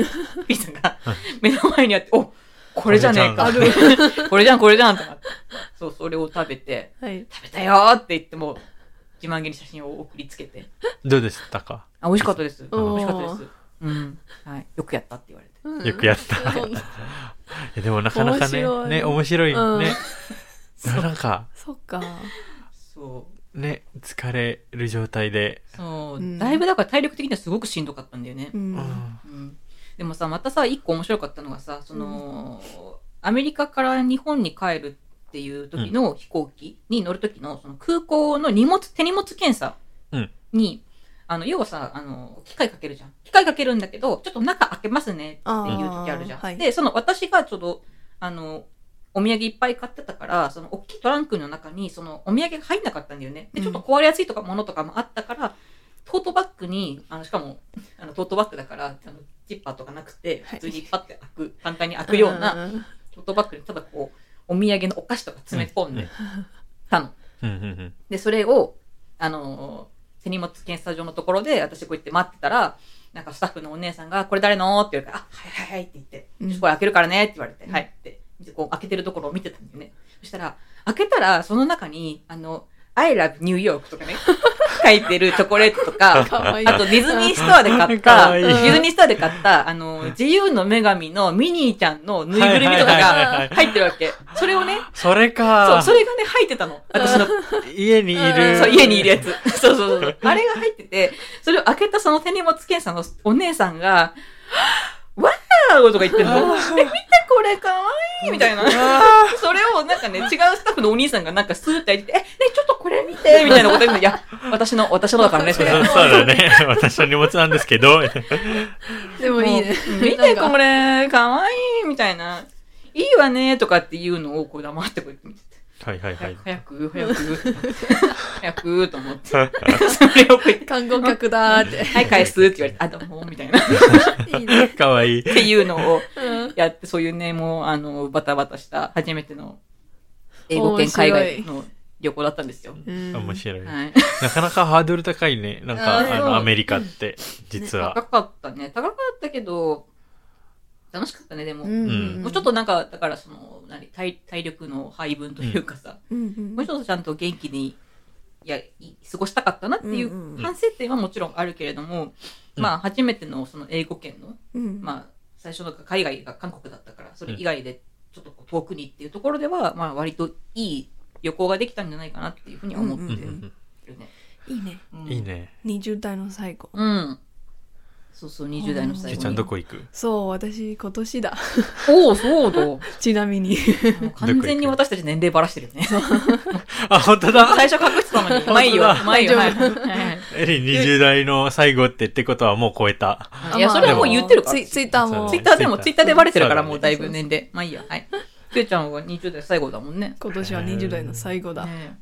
[SPEAKER 2] ピザが目の前にあって、おこれじゃねえか。
[SPEAKER 4] こ れ
[SPEAKER 2] これじゃん、これじゃんとかって。そう、それを食べて、
[SPEAKER 3] はい
[SPEAKER 2] 食べたよーって言っても、自慢げに写真を送りつけて、
[SPEAKER 4] どうでしたか
[SPEAKER 2] あ、美味しかったです。美
[SPEAKER 3] おー
[SPEAKER 2] 味しかったです。うん。はい。よくやったって言われて。
[SPEAKER 4] よくやった
[SPEAKER 3] うん
[SPEAKER 4] いやでもなかな
[SPEAKER 3] 面
[SPEAKER 4] かね、
[SPEAKER 3] 白い
[SPEAKER 4] ね、面白いね。
[SPEAKER 2] うん
[SPEAKER 4] なんか、
[SPEAKER 3] そっか
[SPEAKER 2] そう。
[SPEAKER 4] ね、疲れる状態で。
[SPEAKER 2] そう、
[SPEAKER 3] うん
[SPEAKER 2] だいぶだから体力的にはすごくしんどかったんだよね
[SPEAKER 3] う。
[SPEAKER 4] うんん。
[SPEAKER 2] うんでもさ、またさ、一個面白かったのがさ、その、アメリカから日本に帰るっていう時の飛行機に乗る時の、その空港の荷物、手荷物検査
[SPEAKER 4] うん
[SPEAKER 2] に、あの、要はさ、あの、機械かけるじゃん。機械かけるんだけど、ちょっと中開けますねっていう時あるじゃん。
[SPEAKER 3] あーはい
[SPEAKER 2] で、その私がちょうど、あの、お土産いっぱい買ってたから、その大きいトランクの中に、そのお土産が入んなかったんだよね。で、ちょっと壊れやすいとかものとかもあったから、トートバッグに、あの、しかも、あの、トートバッグだから、あの、ジッパーとかなくて、
[SPEAKER 3] は
[SPEAKER 2] 普
[SPEAKER 3] い
[SPEAKER 2] 通にパッて開く、簡単に開くような、
[SPEAKER 3] んんん
[SPEAKER 2] トートバッグにただこう、お土産のお菓子とか詰め込ん
[SPEAKER 4] う
[SPEAKER 2] で
[SPEAKER 4] ん
[SPEAKER 2] たの。
[SPEAKER 4] うんうん
[SPEAKER 2] で、それを、あのー手荷物検査場のところで、私こうやって待ってたら、なんかスタッフのお姉さんが、これ誰のって言うから、あ、はいはいはいって言って、
[SPEAKER 3] うん
[SPEAKER 2] ちょっとこれ開けるからねって言われて、
[SPEAKER 3] うん
[SPEAKER 2] はいって、でこう開けてるところを見てたんだよね。そしたら、開けたら、その中に、あの、I love New York とか ね、書いてるチョコレートとか、
[SPEAKER 3] かわいい
[SPEAKER 2] あとディズニーストアで買っ
[SPEAKER 4] か
[SPEAKER 2] た、
[SPEAKER 4] わいい
[SPEAKER 2] ディズニーストアで買った、あの、自由の女神のミニーちゃんのぬいぐるみとか
[SPEAKER 4] はいはいはいは
[SPEAKER 2] が
[SPEAKER 4] い
[SPEAKER 2] 入ってるわけ。それをね、
[SPEAKER 4] それ
[SPEAKER 2] そう、
[SPEAKER 4] か。
[SPEAKER 2] それがね、入ってたの。私の
[SPEAKER 4] 家にいる。
[SPEAKER 2] そう、家にいるやつ。 そうそう そう。あれが入ってて、それを開けたその手荷物検査のお姉さんが、わーおとか言ってるの。え見てこれかわいいみたいな。 それをなんかね、違うスタッフのお兄さんがなんかスーッて開いてて、え、ね、ちょっとこれ見てみたいなこと言って、いや、私の、私のだからね、 それ。
[SPEAKER 4] そうそうだね。私の荷物なんですけど。
[SPEAKER 3] でもいいね
[SPEAKER 2] もう見てこれ、かわいいみたいな。いいわねとかっていうのをこう黙ってこうやって見てて
[SPEAKER 4] はいはいはい。
[SPEAKER 2] 早く、早く、早く、と思って。 それをこうやって
[SPEAKER 3] 観光客だーって
[SPEAKER 2] はい、返すって言われて、あ、どうも、み たいな。っ
[SPEAKER 3] いいね
[SPEAKER 4] かわいい。
[SPEAKER 2] ていうのを
[SPEAKER 3] うん
[SPEAKER 2] やって、そういうね、もう、あの、バタバタした、初めての英語圏海外の旅行だったんですよ。
[SPEAKER 3] うん
[SPEAKER 4] 面白い。
[SPEAKER 2] はい。
[SPEAKER 4] なかなかハードル高いね。なんか、
[SPEAKER 3] あー
[SPEAKER 4] あ
[SPEAKER 2] そう
[SPEAKER 4] の、アメリカって、実
[SPEAKER 2] 高
[SPEAKER 4] は。
[SPEAKER 2] かったね。高かったけど、楽しかったね、でも。
[SPEAKER 3] うん
[SPEAKER 4] うん
[SPEAKER 2] もうちょっとなんか、だからその、の何体体力の配分というかさ、
[SPEAKER 3] うんうん
[SPEAKER 2] もうちょっとちゃんと元気にいやい過ごしたかったなっていう
[SPEAKER 3] うんうん
[SPEAKER 2] 反省点はもちろんあるけれども、
[SPEAKER 4] うん
[SPEAKER 2] まあ初めてのその英語圏の、
[SPEAKER 3] うん
[SPEAKER 2] まあ最初の海外が韓国だったからそれ以外でちょっとこう遠くにっていうところでは、まあ割といい旅行ができたんじゃないかなっていうふうには思って
[SPEAKER 4] うんう
[SPEAKER 2] るね。
[SPEAKER 4] ん
[SPEAKER 3] いいね
[SPEAKER 2] うん
[SPEAKER 4] うんいいね。
[SPEAKER 3] 20代の最後
[SPEAKER 2] うん。そうそう、20代の
[SPEAKER 4] け
[SPEAKER 2] 最
[SPEAKER 4] い
[SPEAKER 2] 後
[SPEAKER 4] ちゃんどこ行く
[SPEAKER 3] そう私今年だ
[SPEAKER 2] おお、そうだ。も
[SPEAKER 3] ちなみ に
[SPEAKER 2] う完全に私たち年齢ばらしてるね。
[SPEAKER 4] あ、本当だ
[SPEAKER 2] 最初隠してたのに、前よ
[SPEAKER 4] 本当、だ
[SPEAKER 2] 前よ。は
[SPEAKER 3] 大
[SPEAKER 2] い
[SPEAKER 3] 丈
[SPEAKER 2] はい
[SPEAKER 4] エリン20代の最後ってってことはもう超えた。
[SPEAKER 2] いや、それはもう言ってるから。
[SPEAKER 3] ツ
[SPEAKER 2] ツイ
[SPEAKER 3] イツイッターも
[SPEAKER 4] そう
[SPEAKER 2] ッターでも、ツイッターでバレてるから、
[SPEAKER 4] そうだね
[SPEAKER 2] もうだいぶ年齢。まあいいや、はい。くーちゃんは20代最後だもんね。
[SPEAKER 3] 今年は20代の最後だ
[SPEAKER 2] ね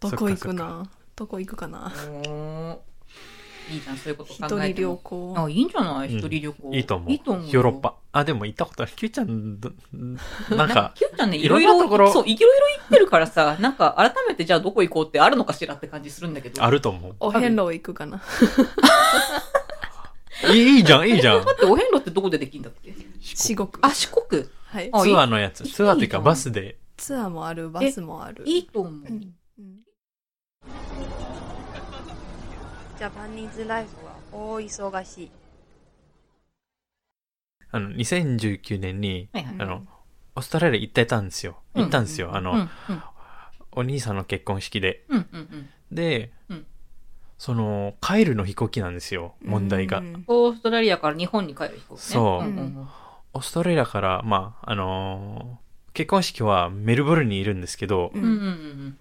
[SPEAKER 3] どこ行くなどこ行くかな
[SPEAKER 2] おーいいじゃん、そういうこと
[SPEAKER 3] 一
[SPEAKER 2] 考え
[SPEAKER 3] 人
[SPEAKER 2] ても
[SPEAKER 3] 旅。行
[SPEAKER 2] あ、いいんじゃない
[SPEAKER 4] う
[SPEAKER 2] 一
[SPEAKER 4] ん
[SPEAKER 2] 人旅行。
[SPEAKER 4] いいと思う。
[SPEAKER 2] いいと思う。
[SPEAKER 4] ヨーロッ。パ。あ、でも行ったことある。キューちゃんど、なんか、
[SPEAKER 2] キューちゃんね、い
[SPEAKER 4] い
[SPEAKER 2] ろ
[SPEAKER 4] ろ
[SPEAKER 2] い
[SPEAKER 4] ん
[SPEAKER 2] ろ
[SPEAKER 4] なところ
[SPEAKER 2] そう、いろいろ言ってるからさ、なんか改めてじゃあどこ行こうってあるのかしらって感じするんだけど。
[SPEAKER 4] あると思
[SPEAKER 3] お遍路行くかな
[SPEAKER 4] う。いいいいじ ゃん、いいじゃん
[SPEAKER 2] だ。ってお遍路ってどこでできんだっけ
[SPEAKER 3] 四国
[SPEAKER 2] あ、四国
[SPEAKER 3] はい
[SPEAKER 2] あ
[SPEAKER 4] ツアーのやつ。
[SPEAKER 2] いい
[SPEAKER 4] ツアーっていう
[SPEAKER 2] いいじ
[SPEAKER 4] か
[SPEAKER 2] ゃん
[SPEAKER 4] バスで。
[SPEAKER 3] ツアーもあるバスもある
[SPEAKER 2] いいと思う。
[SPEAKER 5] ジャパニーズライフは大忙しい。
[SPEAKER 4] あの、2019年に、
[SPEAKER 2] はいはい。
[SPEAKER 4] あの、オーストラリア行ってたんですよ。
[SPEAKER 2] うん
[SPEAKER 4] 行ったんですよ。あ
[SPEAKER 2] うん、う
[SPEAKER 4] の、
[SPEAKER 2] ん、
[SPEAKER 4] お兄さんの結婚式で。
[SPEAKER 2] うん、うんうん。
[SPEAKER 4] で
[SPEAKER 2] うん、
[SPEAKER 4] その、帰るの飛行機なんですよ、問題が
[SPEAKER 3] う。ん
[SPEAKER 2] オーストラリアから日本に帰る飛行機ね。
[SPEAKER 4] そう
[SPEAKER 2] うんうん
[SPEAKER 4] オーストラリアから、まあ、あのー結婚式はメルボルンにいるんですけど、
[SPEAKER 2] うんうんうんうん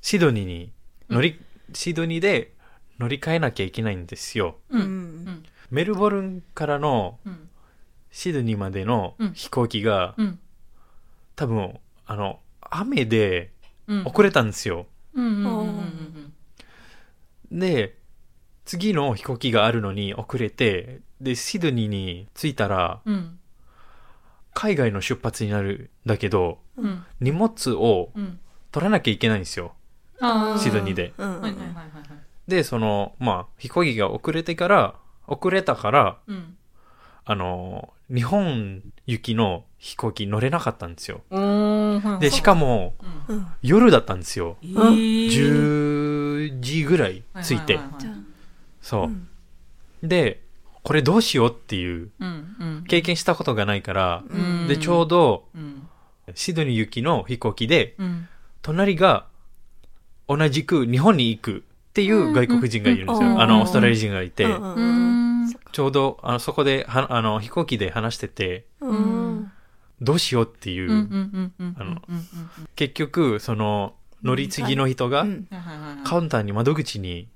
[SPEAKER 4] シドニーに乗り、シドニーで乗り換えなきゃいけないんですよ。
[SPEAKER 2] うん。う
[SPEAKER 3] うんん
[SPEAKER 4] メルボルンからの
[SPEAKER 2] うん
[SPEAKER 4] シドニーまでの
[SPEAKER 2] うん
[SPEAKER 4] 飛行機が、
[SPEAKER 2] うん
[SPEAKER 4] 多分、あの、雨で
[SPEAKER 2] うん
[SPEAKER 4] 遅れたんですよ。
[SPEAKER 2] うんうんうんうん
[SPEAKER 4] で、次の飛行機があるのに遅れて、で、シドニーに着いたら、
[SPEAKER 2] うん
[SPEAKER 4] 海外の出発になるんだけど、
[SPEAKER 2] うんうん
[SPEAKER 4] 荷物を
[SPEAKER 2] うん
[SPEAKER 4] 取らなきゃいけないんですよ。
[SPEAKER 2] あー
[SPEAKER 4] シドニーで
[SPEAKER 3] うん
[SPEAKER 2] はいはいはいはいはい
[SPEAKER 4] で、その、まあ、飛行機が遅れてから、遅れたから、
[SPEAKER 2] うん
[SPEAKER 4] あの、日本行きの飛行機乗れなかったんですよ。
[SPEAKER 2] おーはいはい
[SPEAKER 4] で、しかも、
[SPEAKER 2] うん
[SPEAKER 3] うん
[SPEAKER 4] 夜だったんですよ。
[SPEAKER 2] えー
[SPEAKER 4] 10時ぐらい着いて
[SPEAKER 2] は。はは
[SPEAKER 3] じゃ。
[SPEAKER 2] は
[SPEAKER 4] そううんで、これどうしようっていう、
[SPEAKER 2] うんうん
[SPEAKER 4] 経験したことがないから、
[SPEAKER 2] うん
[SPEAKER 4] で、ちょうど、
[SPEAKER 2] うん
[SPEAKER 4] シドニー行きの飛行機で、
[SPEAKER 2] うん
[SPEAKER 4] 隣が、同じく日本に行くっていう外国人がいるんです
[SPEAKER 3] うんうん
[SPEAKER 4] よ。あ
[SPEAKER 3] うん
[SPEAKER 4] の、オーストラリア人がいて。
[SPEAKER 3] うん
[SPEAKER 2] う
[SPEAKER 3] うん
[SPEAKER 2] ん
[SPEAKER 4] ちょうど、あの、そこで、はあの、飛行機で話してて、
[SPEAKER 3] うん
[SPEAKER 4] どうしようっていう、
[SPEAKER 2] うんうんうんうん
[SPEAKER 4] あの
[SPEAKER 2] うんうんうん
[SPEAKER 4] 結局、その、乗り継ぎの人が
[SPEAKER 3] う、ん
[SPEAKER 2] はいはいはいはい
[SPEAKER 4] カウンターに窓口に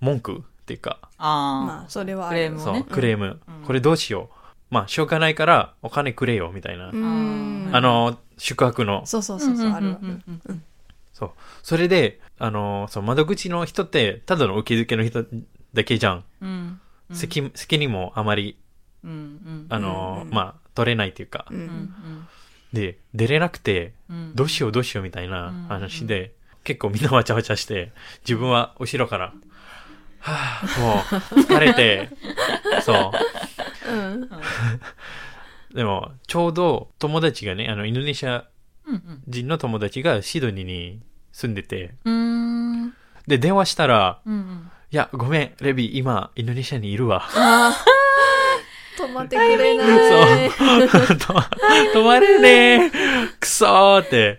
[SPEAKER 4] 文句っていうか、
[SPEAKER 2] あ
[SPEAKER 3] まあそれ
[SPEAKER 2] あ
[SPEAKER 3] はあ
[SPEAKER 2] ク
[SPEAKER 3] る
[SPEAKER 2] レームを
[SPEAKER 4] そう、
[SPEAKER 2] ね
[SPEAKER 4] クレーム、
[SPEAKER 2] うん
[SPEAKER 4] これどうしよう。まあ、しょうがないから、お金くれよ、みたいな。
[SPEAKER 3] うん
[SPEAKER 4] あの、宿泊の。
[SPEAKER 3] そうそうそうそうあるわ
[SPEAKER 2] うんうんうん
[SPEAKER 4] それで、あの、そう、窓口の人って、ただの受け付けの人だけじゃん。
[SPEAKER 2] うんうん
[SPEAKER 4] 責責任もあまり、
[SPEAKER 2] うんうん
[SPEAKER 4] あの、
[SPEAKER 3] うん
[SPEAKER 4] まあ、取れないっていうか
[SPEAKER 3] う。
[SPEAKER 2] うんん
[SPEAKER 4] で、出れなくて、
[SPEAKER 2] うん
[SPEAKER 4] どうしようどうしようみたい
[SPEAKER 2] うん
[SPEAKER 4] な話で、結構みんなわちゃわちゃして、自分は後ろから、はぁ、もう疲れ て、そ
[SPEAKER 3] うん
[SPEAKER 4] う。でも、ちょうど友達がね、あの、インドネシア
[SPEAKER 2] うんうん
[SPEAKER 4] 人の友達がシドニーに住んでて、
[SPEAKER 2] うーん
[SPEAKER 4] で、電話したら、
[SPEAKER 2] うんうん
[SPEAKER 4] いや、ごめん、レビ、今、インドネシアにいるわ。そう。
[SPEAKER 3] 止まってくれない
[SPEAKER 4] 止まれねえ。くそーって。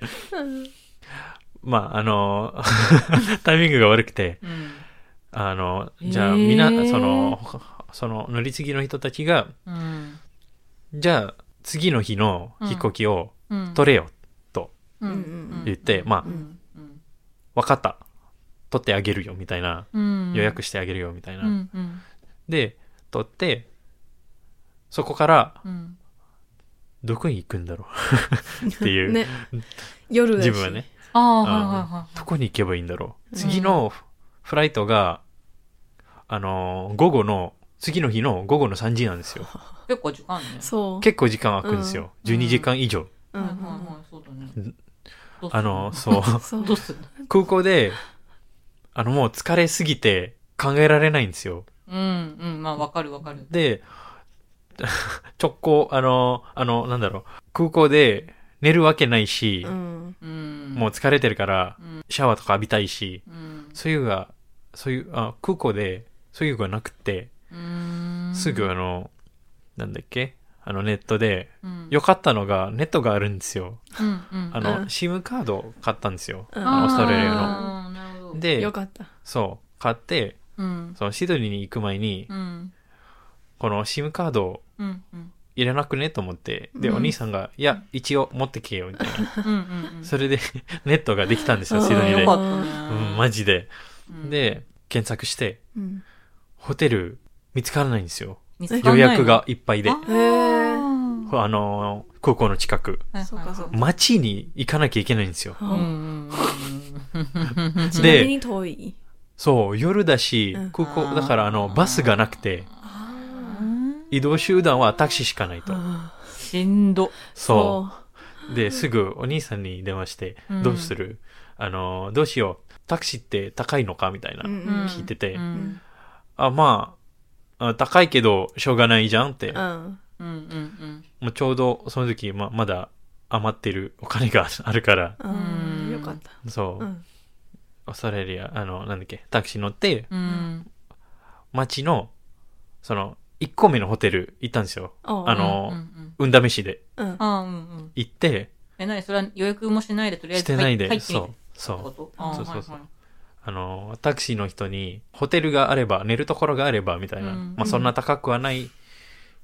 [SPEAKER 4] まあ、あの、 タイミングが悪くて、
[SPEAKER 2] うん
[SPEAKER 4] あの、じゃあ、
[SPEAKER 2] へー
[SPEAKER 4] みんな、その、ほかその、乗り継ぎの人たちが、
[SPEAKER 2] うん
[SPEAKER 4] じゃあ、次の日の飛行機を
[SPEAKER 2] うん
[SPEAKER 4] 取れよ。
[SPEAKER 2] うんうんうん
[SPEAKER 4] 言ってまあ
[SPEAKER 2] うんうん
[SPEAKER 4] わ、かった。取ってあげるよ、みたいな。
[SPEAKER 2] うん
[SPEAKER 4] 予約してあげるよ、みたいな。
[SPEAKER 2] うんうん
[SPEAKER 4] で、取って、そこから、
[SPEAKER 2] うん
[SPEAKER 4] どこに行くんだろうっていう、
[SPEAKER 3] ね夜だし
[SPEAKER 4] 自分はね、
[SPEAKER 2] ああはいはいは
[SPEAKER 4] どこに行けばいいんだろう。
[SPEAKER 3] うん
[SPEAKER 4] 次のフライトが、あのー午後の、次の日の午後の3時なんですよ。
[SPEAKER 2] い結構時間あるね
[SPEAKER 3] そう
[SPEAKER 4] 結構時間空くんですよ。
[SPEAKER 2] うん
[SPEAKER 4] 12時間以上。
[SPEAKER 3] うん
[SPEAKER 2] はいはいはいそうだね
[SPEAKER 4] うん
[SPEAKER 2] どうする
[SPEAKER 4] あの、そう。
[SPEAKER 3] そう
[SPEAKER 2] どうする
[SPEAKER 4] 空港で、あの、もう疲れすぎて考えられないんですよ。
[SPEAKER 2] うんうんまあわかるわかる
[SPEAKER 4] で、直行、あの、あの、なんだろう、空港で寝るわけないし
[SPEAKER 3] う、ん
[SPEAKER 2] うん
[SPEAKER 4] もう疲れてるから、シャワーとか浴びたいし、
[SPEAKER 2] うん
[SPEAKER 4] そういうのが、そういう、あ空港で、そういうのがなくて、
[SPEAKER 2] うん
[SPEAKER 4] すぐあの、なんだっけあのネットで、
[SPEAKER 2] うん
[SPEAKER 4] 良かったのが、ネットがあるんですよ。
[SPEAKER 2] うんうん
[SPEAKER 4] あの、
[SPEAKER 3] うん
[SPEAKER 4] SIM カードを買ったんですよ。
[SPEAKER 3] うん
[SPEAKER 4] あのオーストラリア
[SPEAKER 2] あ
[SPEAKER 4] の。
[SPEAKER 2] ーなるほど
[SPEAKER 4] で
[SPEAKER 3] よ、かった
[SPEAKER 4] そう、買って、
[SPEAKER 2] うん
[SPEAKER 4] そのシドニーに行く前に
[SPEAKER 2] う、ん
[SPEAKER 4] この SIM カードを
[SPEAKER 2] うんうん
[SPEAKER 4] いらなくねと思って、で、
[SPEAKER 3] うん
[SPEAKER 4] お兄さんが、いや、一応持ってけよ、みたいな。
[SPEAKER 2] うんうんうん
[SPEAKER 4] それで、 ネットができたんですよ、シドニ
[SPEAKER 3] あ
[SPEAKER 4] ーで。
[SPEAKER 3] よ
[SPEAKER 2] よ
[SPEAKER 3] か
[SPEAKER 2] か
[SPEAKER 3] っ
[SPEAKER 2] ったた
[SPEAKER 3] ね
[SPEAKER 2] ね
[SPEAKER 4] う。ん、マジで。
[SPEAKER 2] うん、
[SPEAKER 4] で、検索して、
[SPEAKER 3] うん
[SPEAKER 4] ホテル見つからないんですよ。
[SPEAKER 2] 見つか
[SPEAKER 4] 予
[SPEAKER 2] んないの
[SPEAKER 4] 約がいっぱいで。
[SPEAKER 2] あー
[SPEAKER 4] ほあのー空港の近く。
[SPEAKER 2] はいはいはい
[SPEAKER 3] そうかそうか
[SPEAKER 4] 街に行かなきゃいけないんですよ。
[SPEAKER 2] うんうんうんうん
[SPEAKER 3] ちなみ
[SPEAKER 4] で、
[SPEAKER 3] に遠い
[SPEAKER 4] そう、夜だし
[SPEAKER 3] うん、
[SPEAKER 4] 空
[SPEAKER 2] あ
[SPEAKER 4] 港、
[SPEAKER 2] ー
[SPEAKER 4] だからあの、バスがなくて、移動手段はタクシーしかないと。
[SPEAKER 2] しんど。
[SPEAKER 4] そ。
[SPEAKER 3] そう
[SPEAKER 4] で、すぐお兄さんに電話して
[SPEAKER 2] う、ん
[SPEAKER 4] どうするあのー、どうしよう。タクシーって高いのかみたいな
[SPEAKER 3] う。ん
[SPEAKER 2] 聞
[SPEAKER 4] 聞いてて
[SPEAKER 2] うん
[SPEAKER 4] あ、まあ、あ高いけど、しょうがないじゃんって
[SPEAKER 3] う。ん
[SPEAKER 2] うんうん
[SPEAKER 4] もうちょうどその時、ま、まだ余ってるお金が あるから、
[SPEAKER 3] うん
[SPEAKER 2] うん
[SPEAKER 3] よかった
[SPEAKER 4] そう、
[SPEAKER 3] うん
[SPEAKER 4] オーストラリア、あの、なんだっけ、タクシー乗って、
[SPEAKER 2] うんうん
[SPEAKER 4] 街の、その、1個目のホテル行ったんですよ。
[SPEAKER 3] あ
[SPEAKER 4] あの
[SPEAKER 2] うんうん
[SPEAKER 4] 運試しで
[SPEAKER 3] うん
[SPEAKER 2] あーうんうん
[SPEAKER 4] 行って、
[SPEAKER 2] え、なにそれは予約もしないでとりあえ
[SPEAKER 4] し
[SPEAKER 2] ず
[SPEAKER 4] てないで、
[SPEAKER 2] 入って
[SPEAKER 4] そ
[SPEAKER 2] 入って
[SPEAKER 4] う
[SPEAKER 2] み、たってこ
[SPEAKER 4] そう。
[SPEAKER 2] とあー
[SPEAKER 4] そうそうそう
[SPEAKER 2] はいはい
[SPEAKER 4] あの、タクシーの人に、ホテルがあれば、寝るところがあれば、みたいな。
[SPEAKER 2] うん
[SPEAKER 4] まあ、そんな高くはない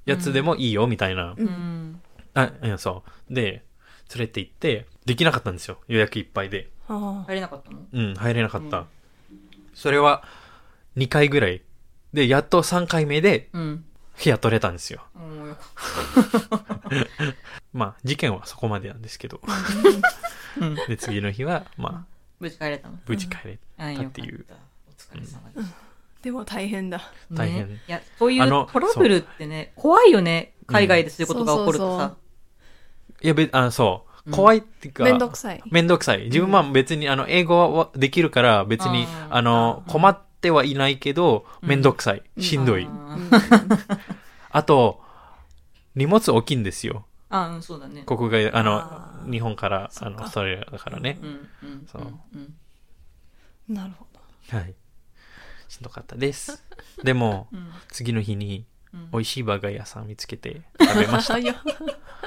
[SPEAKER 4] やつでもいいよ、みたいな。
[SPEAKER 3] うん
[SPEAKER 2] うん
[SPEAKER 4] あ、うん、そう。で、連れて行って、できなかったんですよ。予約いっぱいで。
[SPEAKER 3] あ
[SPEAKER 2] 入れなかったの
[SPEAKER 4] うん、入れなかった。
[SPEAKER 2] うん
[SPEAKER 4] それは、2回ぐらい。で、やっと3回目で、
[SPEAKER 2] うん。
[SPEAKER 4] 部屋取れたんですよ。
[SPEAKER 2] うんよかっ
[SPEAKER 4] まあ、事件はそこまでなんですけど。
[SPEAKER 2] たうん
[SPEAKER 4] で、次の日は、まあ、
[SPEAKER 2] 無事帰れたの
[SPEAKER 4] 無事帰れ。
[SPEAKER 2] あーよか
[SPEAKER 4] っていう
[SPEAKER 2] たお疲れ様でし
[SPEAKER 3] でも大変だ
[SPEAKER 2] た。
[SPEAKER 4] 大変
[SPEAKER 2] ねいや、そうい
[SPEAKER 4] あ
[SPEAKER 2] う
[SPEAKER 4] の
[SPEAKER 2] トラブルってね、怖いよね。海外でそういうことが起こる
[SPEAKER 3] うん
[SPEAKER 2] と
[SPEAKER 3] そう
[SPEAKER 2] さ
[SPEAKER 3] そ。
[SPEAKER 4] いや、べ、あそうう。
[SPEAKER 2] ん
[SPEAKER 4] 怖いっていうか、
[SPEAKER 3] めんどくさい
[SPEAKER 4] めんどくさい。自分は別に、あの、英語はできるから、別に、
[SPEAKER 2] あー
[SPEAKER 4] あの、困ってはいないけど、
[SPEAKER 2] うん
[SPEAKER 4] めんどくさい。しんどい。
[SPEAKER 2] あ
[SPEAKER 3] う
[SPEAKER 2] ー
[SPEAKER 3] ん
[SPEAKER 4] あと、荷物大きいんですよ。
[SPEAKER 2] あー、うん、そうだね。
[SPEAKER 4] ここが、あ
[SPEAKER 3] あ
[SPEAKER 4] の、
[SPEAKER 3] ー
[SPEAKER 4] 日本から、あ
[SPEAKER 3] そっか
[SPEAKER 4] の、それだからね
[SPEAKER 2] う。ん、うん。。
[SPEAKER 4] そうん
[SPEAKER 3] なるほど
[SPEAKER 4] はい。しんどかったです。でも、
[SPEAKER 2] うん。
[SPEAKER 4] 次の日
[SPEAKER 2] う
[SPEAKER 4] に、
[SPEAKER 2] ん
[SPEAKER 4] 美味しいバーガー屋さん見つけて、食べました。
[SPEAKER 3] あ いや
[SPEAKER 2] よ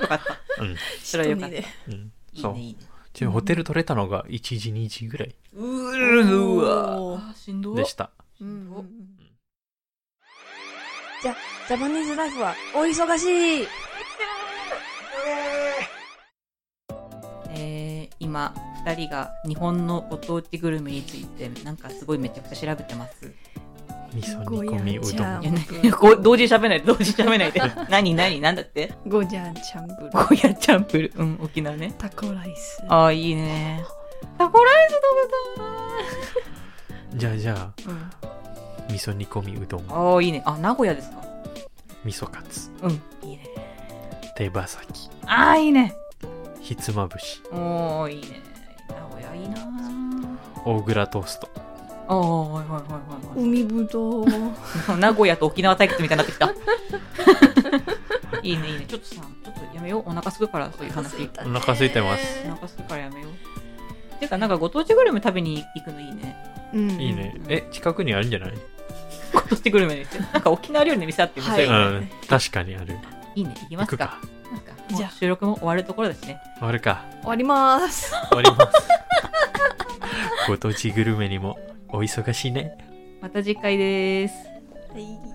[SPEAKER 2] かった。
[SPEAKER 4] うん。
[SPEAKER 2] それはよかった。い
[SPEAKER 3] 一人で
[SPEAKER 4] うん。
[SPEAKER 2] い
[SPEAKER 4] そう
[SPEAKER 2] ね、。いいね。
[SPEAKER 4] ちょホテル取れたのが1時、2時ぐらいう
[SPEAKER 2] ー
[SPEAKER 3] うわ
[SPEAKER 2] わー。しんどい
[SPEAKER 4] でした。
[SPEAKER 3] うんうん
[SPEAKER 5] ジャパニーズライフはお忙しい
[SPEAKER 2] えー、今、二人が日本のご当地グルメについて、なんかすごいめちゃくちゃ調べてます。
[SPEAKER 4] 味噌煮込みう
[SPEAKER 3] ゴーヤチ
[SPEAKER 4] どん
[SPEAKER 3] ャ。
[SPEAKER 2] いやねこう同時に喋らないで、同時に喋らない で。何、何、なんだって
[SPEAKER 3] ゴジャンチャンブル
[SPEAKER 2] ゴーヤチャンプル。うん、沖縄ね。
[SPEAKER 3] タコライス
[SPEAKER 2] ああ、いいね。タコライス
[SPEAKER 4] じゃあじゃあ、
[SPEAKER 2] 食べたい。うん
[SPEAKER 4] 味噌煮込みうどん、
[SPEAKER 2] ああ、いいね。あ、名古屋ですか
[SPEAKER 4] 味噌カツ、
[SPEAKER 2] うん。いいね。
[SPEAKER 4] 手羽先、
[SPEAKER 2] ああ、いいね。
[SPEAKER 4] ひつまぶし、
[SPEAKER 2] おおいいね。名古屋いいな
[SPEAKER 4] 大蔵トースト。
[SPEAKER 2] あ。おーはいはいはい はい
[SPEAKER 3] 海ぶどう
[SPEAKER 2] はい。名古屋と沖縄対決みたいになってき た。いいねいいね。ちょっとさ、ちょっとやめよう。お腹すくからそういう話。お
[SPEAKER 4] お腹空いてます
[SPEAKER 2] 腹すくからやめよう。てかなんかご当地グルメ食べに行くのいいね。
[SPEAKER 3] うん
[SPEAKER 4] いいね。え、近くにあるんじゃない
[SPEAKER 2] ご当地グルメですよなんか沖縄料理の店あってみ
[SPEAKER 3] は
[SPEAKER 2] た
[SPEAKER 3] い
[SPEAKER 2] いな。
[SPEAKER 4] うん、確かにある。
[SPEAKER 2] いいね。行き
[SPEAKER 4] 行
[SPEAKER 2] ま
[SPEAKER 4] く
[SPEAKER 2] す
[SPEAKER 4] か
[SPEAKER 2] か。。なんか
[SPEAKER 3] じ
[SPEAKER 2] じ
[SPEAKER 3] ゃ
[SPEAKER 2] ゃ
[SPEAKER 3] あ
[SPEAKER 2] 収録も終わるところですね。
[SPEAKER 4] 終わるか。
[SPEAKER 3] 終わります
[SPEAKER 4] 終わります。ご当地グルメにもお忙しいね。
[SPEAKER 2] また次回です。
[SPEAKER 3] はい